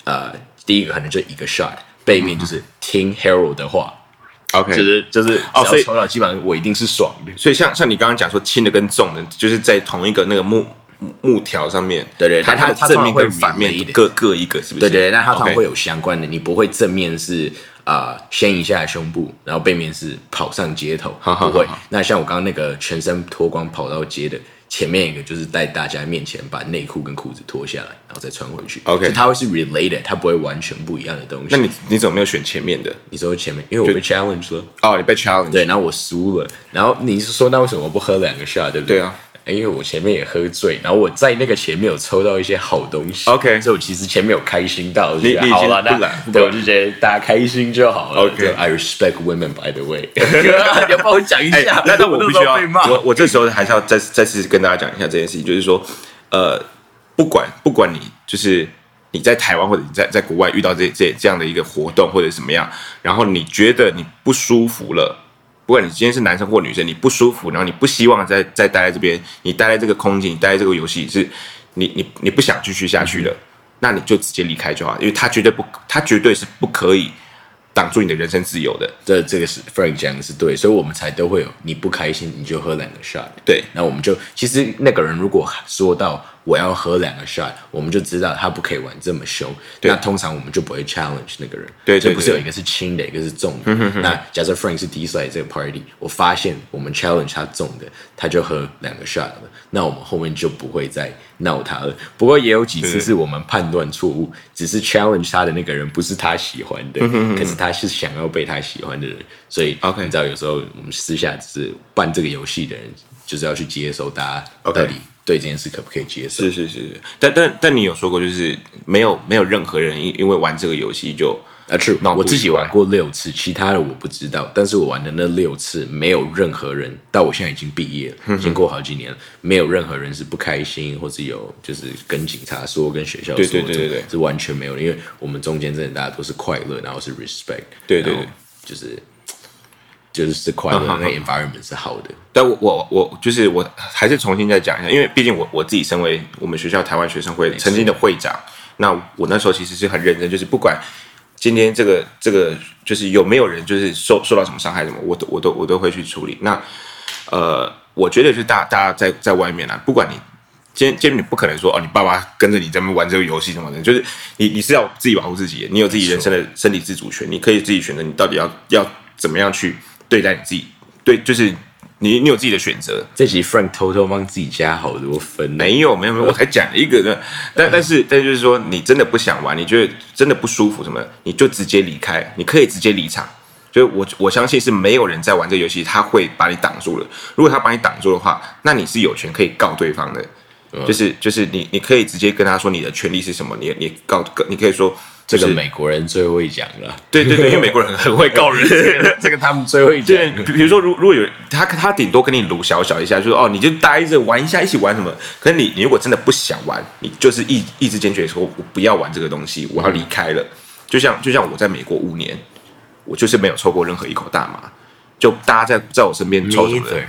[SPEAKER 2] 呃，第一个可能就一个 shot，背面就是听 Harold 的话，
[SPEAKER 1] OK，
[SPEAKER 2] 就是就是
[SPEAKER 1] 哦所
[SPEAKER 2] 只要
[SPEAKER 1] 以
[SPEAKER 2] 抽到，基本上我一定是爽的。
[SPEAKER 1] 所以像像你刚刚讲说轻的跟重的，就是在同一个那个木木木条上面，
[SPEAKER 2] 对对
[SPEAKER 1] 它
[SPEAKER 2] 它
[SPEAKER 1] 它
[SPEAKER 2] 它
[SPEAKER 1] 正面
[SPEAKER 2] 通常会
[SPEAKER 1] 跟反面
[SPEAKER 2] 迷一点
[SPEAKER 1] 各各一个，是不
[SPEAKER 2] 对
[SPEAKER 1] 是？
[SPEAKER 2] 对，对那它通常
[SPEAKER 1] OK
[SPEAKER 2] 会有相关的，你不会正面是啊、呃掀一下胸部，然后背面是跑上街头，
[SPEAKER 1] 好好
[SPEAKER 2] 不会
[SPEAKER 1] 好。
[SPEAKER 2] 那像我刚刚那个全身脱光跑到街的，前面一个就是在大家面前把内裤跟裤子脱下来，然后再穿回去。
[SPEAKER 1] OK
[SPEAKER 2] 就它会是 related，它不会完全不一样的东西。
[SPEAKER 1] 那你你怎么没有选前面的？
[SPEAKER 2] 你说前面，因为我被 challenge 了，
[SPEAKER 1] 哦，你被 challenge，
[SPEAKER 2] 对，然后我输了，然后你是说那为什么不喝两个 shot，对不对？
[SPEAKER 1] 对
[SPEAKER 2] 哎
[SPEAKER 1] 啊。
[SPEAKER 2] 因为我前面也喝醉，然后我在那个前面有抽到一些好东西
[SPEAKER 1] OK
[SPEAKER 2] 所以我其实前面有开心到，我就
[SPEAKER 1] 你
[SPEAKER 2] 觉得
[SPEAKER 1] 你已
[SPEAKER 2] 好
[SPEAKER 1] 经
[SPEAKER 2] 了，
[SPEAKER 1] 不懒
[SPEAKER 2] 那对，我就觉得大家开心就好了。
[SPEAKER 1] OK
[SPEAKER 2] 就 I respect women by the way，你要帮 我讲一
[SPEAKER 1] 哎、
[SPEAKER 2] 下，
[SPEAKER 1] 那那我
[SPEAKER 2] 那
[SPEAKER 1] 必
[SPEAKER 2] 时
[SPEAKER 1] 须
[SPEAKER 2] 候
[SPEAKER 1] 要
[SPEAKER 2] 被骂，
[SPEAKER 1] 我我这时候还是要再再次跟大家讲一下这件事情，就是说，呃，不管不管你就是你在台湾或者你在在国外遇到这这这样的一个活动或者怎么样，然后你觉得你不舒服了。不管你今天是男生或女生，你不舒服，然后你不希望再再待在这边，你待在这个空间，你待在这个游戏，是你你你不想继续下去了，那你就直接离开就好，因为他绝对不，他绝对是不可以挡住你的人身自由的。
[SPEAKER 2] 这这个是 Frank 讲的是对，所以我们才都会有你不开心你就喝两个 shot。
[SPEAKER 1] 对
[SPEAKER 2] 那我们就其实那个人如果说到我要喝两个 shot，我们就知道他不可以玩这么凶。
[SPEAKER 1] 对
[SPEAKER 2] 那通常我们就不会 challenge 那个人。
[SPEAKER 1] 对对
[SPEAKER 2] 所以不是
[SPEAKER 1] 对嗯
[SPEAKER 2] 有一个是轻的，一个是重的。那假设 Frank 是第一次来这个 party，我发现我们 challenge 他重的，他就喝两个 shot 了，那我们后面就不会再闹他了。不过也有几次
[SPEAKER 1] 对
[SPEAKER 2] 是我们判断错误，只是 challenge 他的那个人不是他喜欢
[SPEAKER 1] 嗯
[SPEAKER 2] 的，可是他是想要被他喜欢的人，所以
[SPEAKER 1] OK
[SPEAKER 2] 你知道有时候我们私下只是办这个游戏的人，就是要去接受大家
[SPEAKER 1] OK
[SPEAKER 2] 到底对这件事可不可以接受。
[SPEAKER 1] 是是是，是但但但你有说过，就是没有没有任何人因因为玩这个游戏就
[SPEAKER 2] 啊，true，
[SPEAKER 1] 闹不
[SPEAKER 2] 我自己
[SPEAKER 1] 愉快
[SPEAKER 2] 玩过六次，其他的我不知道。但是我玩的那六次，没有任何人，到我现在已经毕业了，已经过好几年了，没有任何人是不开心，或是有就是跟警察说、跟学校说，
[SPEAKER 1] 对对对对对
[SPEAKER 2] 是完全没有的。因为我们中间真的大家都是快乐，然后是 respect，
[SPEAKER 1] 对对对
[SPEAKER 2] 然后就是就是是快乐，
[SPEAKER 1] 嗯好
[SPEAKER 2] 那个 environment 是好的。
[SPEAKER 1] 但我我我就是我还是重新再讲一下，因为毕竟我我自己身为我们学校台湾学生会曾经的会长，那我那时候其实是很认真，就是不管今天这个这个就是有没有人就是受受到什么伤害什么，我都我都我都会去处理。那呃，我觉得就是大大家在在外面啊，不管你。今天，今天你不可能说哦，你爸爸跟着你在那边玩这个游戏什么的，就是你你是要自己保护自己的，你有自己人生的身体自主权，你可以自己选择你到底要要怎么样去对待你自己，对，就是你你有自己的选择，
[SPEAKER 2] 这集 Frank 偷偷帮自己加好多分，
[SPEAKER 1] 没有，没有，没
[SPEAKER 2] 嗯
[SPEAKER 1] 有，我才讲了一个呢。但但是但就是说，你真的不想玩，你觉得真的不舒服什么的，你就直接离开，你可以直接离场。就我我相信是没有人在玩这个游戏，他会把你挡住了。如果他把你挡住的话，那你是有权可以告对方的，
[SPEAKER 2] 嗯
[SPEAKER 1] 就是就是你你可以直接跟他说你的权利是什么，你你告你可以说
[SPEAKER 2] 这个
[SPEAKER 1] 就是
[SPEAKER 2] 美国人最会讲 了，
[SPEAKER 1] 对对对，因为美国人很会告人，
[SPEAKER 2] 这个他们最会讲。
[SPEAKER 1] 对，比比如说，如如果有他，他顶多跟你撸小小一下，就是哦，你就待着玩一下，一起玩什么。可是你，你如果真的不想玩，你就是意意志坚决说，我不要玩这个东西，我要离开了。就像就像我在美国五年，我就是没有抽过任何一口大麻，就大家在在我身边抽什么的
[SPEAKER 2] Neither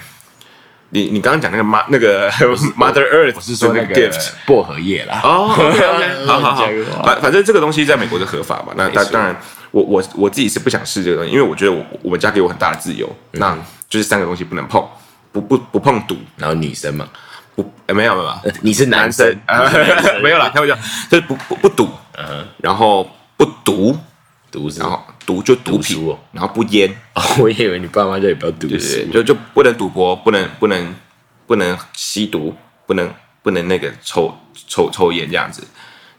[SPEAKER 1] 你你刚刚讲那个妈那个 Mother Earth，
[SPEAKER 2] 我是说那个
[SPEAKER 1] gift，
[SPEAKER 2] 薄荷叶啦。
[SPEAKER 1] 哦，OK，OK，好
[SPEAKER 2] 嗯
[SPEAKER 1] 好好
[SPEAKER 2] 乱讲，话
[SPEAKER 1] 反反正这个东西在美国是合法嘛。那
[SPEAKER 2] 啊没错
[SPEAKER 1] 当当然，我我我自己是不想试这个东西，因为我觉得我我们家给我很大的自由，那
[SPEAKER 2] 嗯
[SPEAKER 1] 就是三个东西不能碰，不不不碰赌，
[SPEAKER 2] 然后女生嘛，
[SPEAKER 1] 不呃没有没有， 没有
[SPEAKER 2] 你是男
[SPEAKER 1] 男生
[SPEAKER 2] 生，嗯
[SPEAKER 1] 啊 没有啦，开玩笑，就是不不不赌，然后不毒，
[SPEAKER 2] 毒是
[SPEAKER 1] 然后毒就毒
[SPEAKER 2] 毒
[SPEAKER 1] 品
[SPEAKER 2] 书哦，
[SPEAKER 1] 然后不烟，
[SPEAKER 2] 哦，我以为你爸妈叫你不要毒
[SPEAKER 1] 对，
[SPEAKER 2] 死，
[SPEAKER 1] 就就不能赌博，不能不能不能吸毒，不能不能那个抽抽抽烟这样子。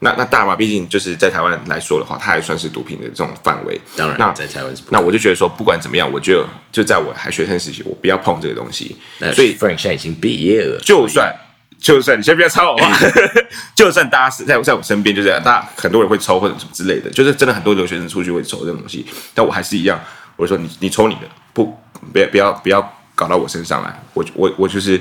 [SPEAKER 1] 那那大麻毕竟就是在台湾来说的话，它还算是毒品的这种范围。
[SPEAKER 2] 当然
[SPEAKER 1] 那
[SPEAKER 2] 在台湾是不
[SPEAKER 1] 那我就觉得说，不管怎么样，我就就在我还学生时期，我不要碰这个东西。
[SPEAKER 2] 那
[SPEAKER 1] 所以
[SPEAKER 2] Frank 现在已经毕业了，
[SPEAKER 1] 就算就算你先不要抄我 话， 就算大家是在在我身边就这样，大家很多人会抽或者什么之类的，就是真的很多留学生出去会抽这种东西，但我还是一样，我说你你抽你的，不不要不要不要搞到我身上来，我我我就是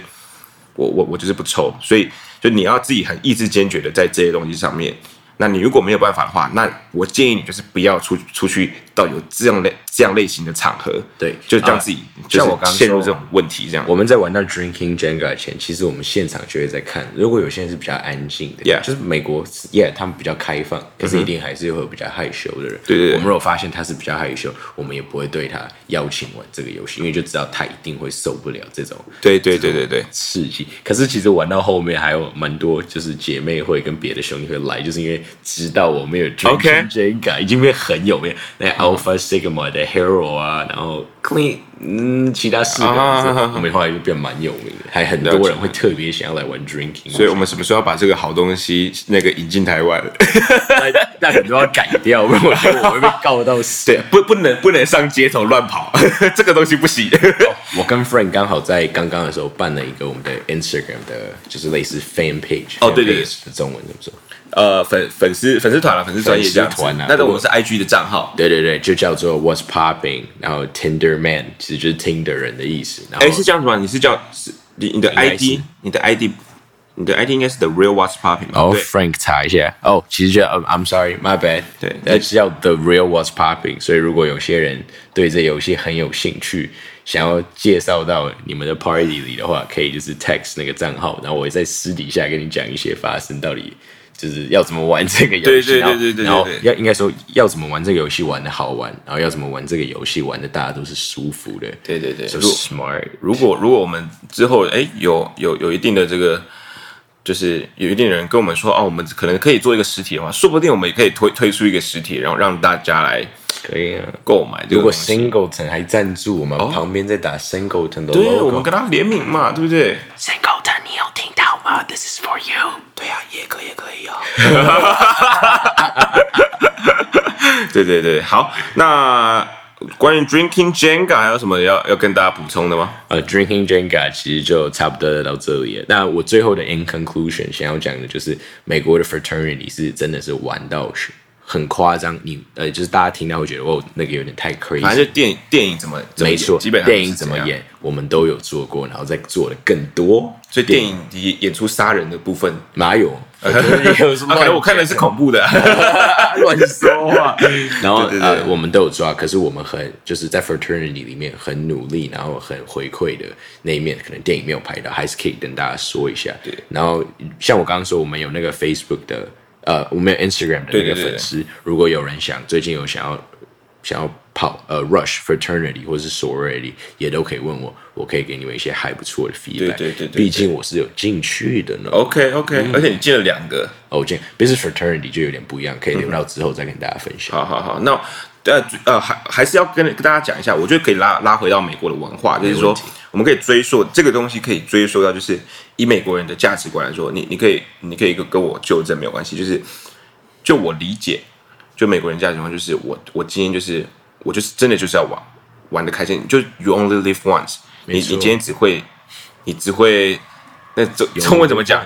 [SPEAKER 1] 我我我就是不抽，所以就你要自己很意志坚决的在这些东西上面。那你如果没有办法的话，那我建议你就是不要出出去到到有这样类这样类型的场合，
[SPEAKER 2] 对
[SPEAKER 1] 就让自己
[SPEAKER 2] 啊
[SPEAKER 1] 就
[SPEAKER 2] 像
[SPEAKER 1] 是
[SPEAKER 2] 我刚刚
[SPEAKER 1] 陷入
[SPEAKER 2] 说
[SPEAKER 1] 这种问题这样。
[SPEAKER 2] 我们在玩到 Drinking Jenga 前，其实我们现场就会在看。如果有些人是比较安静的
[SPEAKER 1] Yeah 嗯
[SPEAKER 2] 就是美国，Yeah，他们比较开放，可是一定还是会有比较害羞的人。
[SPEAKER 1] 对对对
[SPEAKER 2] 我们如果发现他是比较害羞，我们也不会对他邀请玩这个游戏，因为就知道他一定会受不了这种
[SPEAKER 1] 对对对对对，
[SPEAKER 2] 刺激。可是其实玩到后面还有蛮多，就是姐妹会跟别的兄弟会来，就是因为知道我们有
[SPEAKER 1] OK Uh-huh
[SPEAKER 2] Drinking Jenga 已经被很有名，那 Alpha Sigma 的 Hero 啊，然后 Clean 嗯其他四个，
[SPEAKER 1] 啊
[SPEAKER 2] 就是我们后来就变蛮有名的，还很多人会特别想要来玩 Drinking，啊
[SPEAKER 1] 所以我们什么时候要把这个好东西那个引进台湾？
[SPEAKER 2] 那那很多要改掉，不然我觉得我会被告到死。
[SPEAKER 1] 对，不不能不能上街头乱跑， 这个东西不行。
[SPEAKER 2] 我跟 Frank 刚好在刚刚的时候办了一个我们的 Instagram 的，就是类似 fan page
[SPEAKER 1] 哦对对对
[SPEAKER 2] fan page 的中文怎么说？
[SPEAKER 1] 呃，粉粉丝粉丝团了，粉丝专业这样子
[SPEAKER 2] 粉丝团啊
[SPEAKER 1] 那个我们是 IG 的账号。
[SPEAKER 2] 对对对，就叫做 What's Popping，然后 Tinder Man 其实就是 Tinder 人的意思。然后
[SPEAKER 1] 哎，是这样子吗？你是叫是你你的
[SPEAKER 2] 该是
[SPEAKER 1] ID，你的 ID，你的 ID 应该是 The Real What's Popping 吧？
[SPEAKER 2] 哦
[SPEAKER 1] 对，
[SPEAKER 2] ，Frank 查一下哦，其实就、嗯 I'm sorry，my bad，
[SPEAKER 1] 对
[SPEAKER 2] 那是叫 The Real What's Popping。所以如果有些人对这游戏很有兴趣，想要介绍到你们的 party 里的话，可以就是 text 那个账号，然后我在私底下跟你讲一些发生到底。就是要怎么玩这个游戏，
[SPEAKER 1] 对对对
[SPEAKER 2] 然后
[SPEAKER 1] 对对对
[SPEAKER 2] 然后
[SPEAKER 1] 对
[SPEAKER 2] 要应该说要怎么玩这个游戏玩的好玩，然后要怎么玩这个游戏玩的大家都是舒服的，
[SPEAKER 1] 对对对
[SPEAKER 2] so
[SPEAKER 1] 如
[SPEAKER 2] smart，
[SPEAKER 1] 如果如果我们之后哎有有有一定的这个，就是有一定的人跟我们说哦，我们可能可以做一个实体的话，说不定我们也可以推推出一个实体，然后让大家来
[SPEAKER 2] 可以啊。
[SPEAKER 1] 购买这
[SPEAKER 2] 如
[SPEAKER 1] 个
[SPEAKER 2] 果
[SPEAKER 1] 东西。哦
[SPEAKER 2] Singleton 还赞助我们，旁边再打 Singleton 的 logo，
[SPEAKER 1] 对，我们跟他联名嘛，对不对？
[SPEAKER 2] Singleton，你有听到吗？This is for you。对啊，也可以，也可以哦。
[SPEAKER 1] 对对对，好。那关于 Drinking Jenga 还有什么要要跟大家补充的吗？
[SPEAKER 2] 呃，Drinking Jenga 其实就差不多到这里了。那我最后的 in conclusion 想要讲的就是，美国的 fraternity 是真的是玩到很夸张，你呃，就是大家听到会觉得哦，那个有点太 crazy，
[SPEAKER 1] 反正就电影电影怎么怎么
[SPEAKER 2] 没
[SPEAKER 1] 演
[SPEAKER 2] 错，
[SPEAKER 1] 基本上
[SPEAKER 2] 电影
[SPEAKER 1] 是这
[SPEAKER 2] 怎么
[SPEAKER 1] 样，
[SPEAKER 2] 演，我们都有做过，然后再做的更多。
[SPEAKER 1] 所以电影演演出杀人的部分，
[SPEAKER 2] 哪有？有什
[SPEAKER 1] 啊，可能我看的是恐怖 的。
[SPEAKER 2] 乱说话。 然后
[SPEAKER 1] 对对对
[SPEAKER 2] 呃，我们都有抓，可是我们很就是在 fraternity 里面很努力，然后很回馈的那一面，可能电影没有拍到，还是可以跟大家说一下。
[SPEAKER 1] 对
[SPEAKER 2] 然后像我刚刚说，我们有那个 Facebook 的，呃，我们有 Instagram 的
[SPEAKER 1] 对对
[SPEAKER 2] 那个
[SPEAKER 1] 对对
[SPEAKER 2] 粉丝，如果有人想最近有想要。想要跑呃 rush fraternity 或是 sorority 也都可以问我，我可以给你们一些还不错的 feedback。
[SPEAKER 1] 对对对对哦
[SPEAKER 2] 毕竟我是有进去的呢。
[SPEAKER 1] OK OK，而且嗯你进了两个，
[SPEAKER 2] 哦，这样 business fraternity 就有点不一样，可以留到之后再跟大家分享。
[SPEAKER 1] 好好好，那呃呃，还还是要跟跟大家讲一下，我觉得可以拉拉回到美国的文化，就是说
[SPEAKER 2] 题，
[SPEAKER 1] 我们可以追溯这个东西，可以追溯到就是以美国人的价值观来说，你你可以你可以跟跟我纠正没有关系，就是就我理解，就美国人价值观就是我我今天就是我就是真的就是要玩玩的开心，就是 you only live once，你
[SPEAKER 2] 没
[SPEAKER 1] 你
[SPEAKER 2] 错
[SPEAKER 1] 今天只会你只会那中中文怎么讲？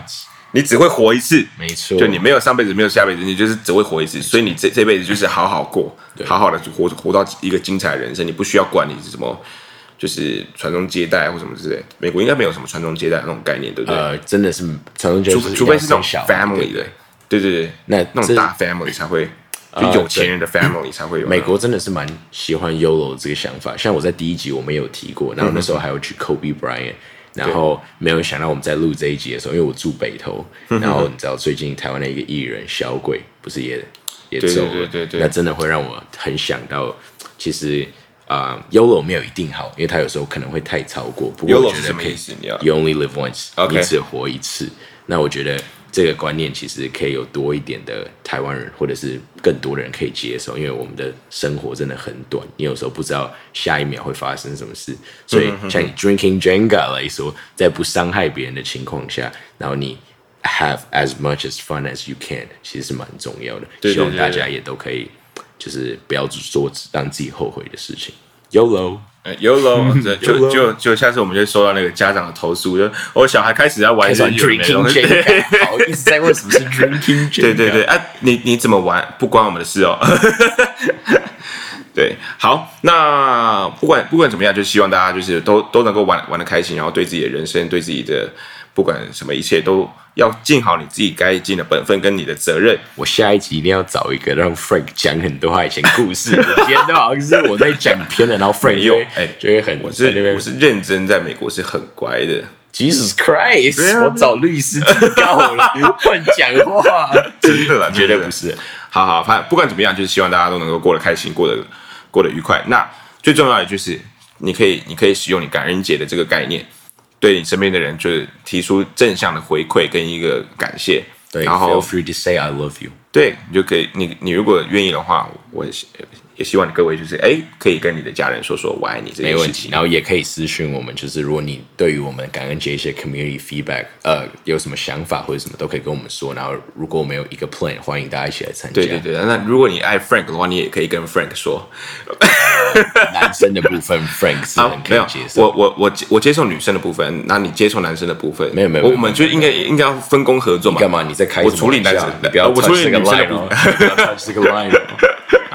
[SPEAKER 1] 你只会活一次，
[SPEAKER 2] 没错
[SPEAKER 1] 就你没有上辈子，没有下辈子，你就是只会活一次，所以你这这辈子就是好好过，好好的活活到一个精彩的人生，你不需要管你是什么，就是传宗接代或什么之类的。美国应该没有什么传宗接代那种概念，对不对？
[SPEAKER 2] 呃，真的是传宗接代
[SPEAKER 1] 除
[SPEAKER 2] 是一定要
[SPEAKER 1] 除非是那种
[SPEAKER 2] 生小
[SPEAKER 1] family 的，对对对，
[SPEAKER 2] 那
[SPEAKER 1] 那
[SPEAKER 2] 这呃
[SPEAKER 1] 种大 family 才会，就有钱 人的 family 才会有。啊
[SPEAKER 2] 美国真的是蛮喜欢 YOLO 这个想法，像我在第一集我们也有提过，然后那时候还有去 Kobe Bryant，然后没有想到我们在录这一集的时候，因为我住 北投，然后你知道最近台湾的一个艺人小鬼不是也也
[SPEAKER 1] 对
[SPEAKER 2] 走了，
[SPEAKER 1] 对对对对
[SPEAKER 2] 那真的会让我很想到，其实啊、y o l o 没有一定好，因为他有时候可能会太超过，不过我
[SPEAKER 1] YOLO
[SPEAKER 2] 觉
[SPEAKER 1] 是
[SPEAKER 2] 得
[SPEAKER 1] 什么
[SPEAKER 2] 可以
[SPEAKER 1] 意思你要
[SPEAKER 2] You only live once，、
[SPEAKER 1] OK
[SPEAKER 2] 你只活一次。那我觉得这个观念其实可以有多一点的台湾人，或者是更多的人可以接受，因为我们的生活真的很短，你有时候不知道下一秒会发生什么事。所
[SPEAKER 1] 嗯
[SPEAKER 2] 以像你 drinking Jenga 来说，在不伤害别人的情况下，然后你 have as much as fun as you can，其实是蛮重要的。
[SPEAKER 1] 对对
[SPEAKER 2] 希望大
[SPEAKER 1] 对对
[SPEAKER 2] 家也都可以，就是不要做让自己后悔的事情。YOLO。
[SPEAKER 1] 呃 YOLO，这就
[SPEAKER 2] YOLO
[SPEAKER 1] 就就下次我们就收到那个家长的投诉，就我小孩开始要玩
[SPEAKER 2] 还
[SPEAKER 1] 这
[SPEAKER 2] 算
[SPEAKER 1] 些有 的没
[SPEAKER 2] drinking
[SPEAKER 1] 的
[SPEAKER 2] Jenga，好，一直在问什么是
[SPEAKER 1] 哎
[SPEAKER 2] drinking Jenga。
[SPEAKER 1] 对对对，啊，你你怎么玩不关我们的事哦。 对，好，那不管不管怎么样，就希望大家就是都都能够玩玩的开心，然后对自己的人生、对自己的不管什么一切，都要尽好你自己该尽的本分跟你的责任。
[SPEAKER 2] 我下一集一定要找一个让 Frank 讲很多他以前故事。我今天都好像是我在讲偏了，然后 Frank
[SPEAKER 1] 没有
[SPEAKER 2] 就会
[SPEAKER 1] 哎
[SPEAKER 2] 就会很
[SPEAKER 1] 我
[SPEAKER 2] 在那
[SPEAKER 1] 是
[SPEAKER 2] 边
[SPEAKER 1] 我是认真，在美国是很乖的。
[SPEAKER 2] Jesus
[SPEAKER 1] 对
[SPEAKER 2] Christ，
[SPEAKER 1] 啊
[SPEAKER 2] 我找律师警告了，乱讲 话，
[SPEAKER 1] 真的啦，
[SPEAKER 2] 绝对不是。
[SPEAKER 1] 好好，反正不管怎么样，就是希望大家都能够过得开心，过得过得愉快。那最重要的就是，你可以你可以使用你感恩节的这个概念，对你身边的人就是提出正向的回馈跟一个感谢。
[SPEAKER 2] 对，
[SPEAKER 1] 然后
[SPEAKER 2] feel free to say I love you。
[SPEAKER 1] 对你就可以，你你如果愿意的话，我也希也希望你各位就是哎，可以跟你的家人说说我爱你这
[SPEAKER 2] 没
[SPEAKER 1] 件
[SPEAKER 2] 问
[SPEAKER 1] 事
[SPEAKER 2] 题，
[SPEAKER 1] 情。
[SPEAKER 2] 然后也可以私讯我们，就是如果你对于我们感恩节一些 community feedback，呃，有什么想法或者什么都可以跟我们说。然后如果我们有一个 plan，欢迎大家一起来参加。
[SPEAKER 1] 对对对，那如果你爱 Frank 的话，你也可以跟 Frank 说。
[SPEAKER 2] 男生的部分 Frank 是
[SPEAKER 1] 啊
[SPEAKER 2] 很，可
[SPEAKER 1] 没
[SPEAKER 2] 以
[SPEAKER 1] 有
[SPEAKER 2] 接，受。
[SPEAKER 1] 我我我接我接受女生的部分，那你接受男生的部分，
[SPEAKER 2] 没有没有
[SPEAKER 1] 我
[SPEAKER 2] 没有
[SPEAKER 1] 我们就应该应该要分工合作嘛。
[SPEAKER 2] 干嘛？你在开
[SPEAKER 1] 我
[SPEAKER 2] 什么
[SPEAKER 1] 处理
[SPEAKER 2] 玩
[SPEAKER 1] 男
[SPEAKER 2] 笑
[SPEAKER 1] 生，
[SPEAKER 2] 你不要
[SPEAKER 1] 我处
[SPEAKER 2] touch
[SPEAKER 1] 理
[SPEAKER 2] 这个
[SPEAKER 1] 女生的
[SPEAKER 2] line
[SPEAKER 1] 部
[SPEAKER 2] 哦，
[SPEAKER 1] 分。
[SPEAKER 2] 你不要 touch 这个 line 哦。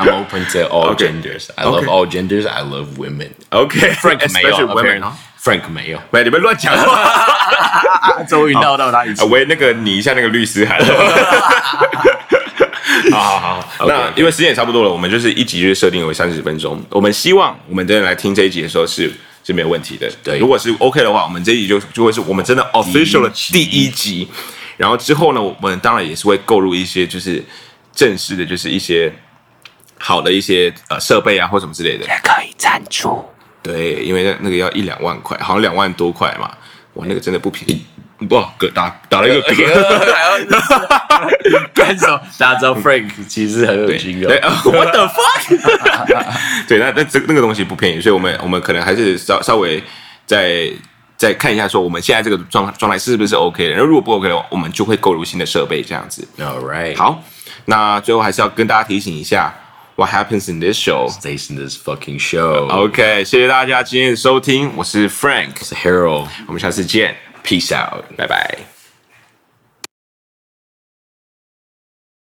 [SPEAKER 2] I'm open to all
[SPEAKER 1] Okay.
[SPEAKER 2] genders. I love
[SPEAKER 1] Okay.
[SPEAKER 2] all genders. I love women.
[SPEAKER 1] OK，
[SPEAKER 2] Frank 没有
[SPEAKER 1] Especially women 哦
[SPEAKER 2] apparently-，Frank 没有。
[SPEAKER 1] 不要你们乱讲话。
[SPEAKER 2] 终于闹到他一
[SPEAKER 1] 啊，喂，那个拟一下那个律师 函。好好好，那
[SPEAKER 2] OK，OK
[SPEAKER 1] 因为时间也差不多了，我们就是一集就是设定为三十分钟。我们希望我们真的来听这一集的时候是是没有问题的。
[SPEAKER 2] 对
[SPEAKER 1] 如果是 OK 的话，我们这一集就就会是我们真的 official 的第一集。然后之后呢，我们当然也是会购入一些就是正式的，就是一些好的一些呃设备啊或什么之类的。
[SPEAKER 2] 可以赞助。
[SPEAKER 1] 对，因为那那个要一两万块，好像两万多块嘛，哇，那个真的不便宜。哇，嗝打打了 一个嗝。
[SPEAKER 2] 干什么？大家知道 Frank 其实很恶心
[SPEAKER 1] 对
[SPEAKER 2] 的。
[SPEAKER 1] 啊，What the fuck？对， 那那这那个东西不便宜，所以我们我们可能还是稍稍微再再看一下，说我们现在这个状状态是不是 OK 的。然后如果不 OK 的话，我们就会购入新的设备这样子。
[SPEAKER 2] All right.
[SPEAKER 1] 好，那最后还是要跟大家提醒一下，What happens in this show？OK，、
[SPEAKER 2] Station this fucking show.
[SPEAKER 1] Oh, OK，谢谢大家今天的收听，我是 Frank，
[SPEAKER 2] It's Harold.
[SPEAKER 1] 我们下次见，
[SPEAKER 2] Peace out.
[SPEAKER 1] 拜拜。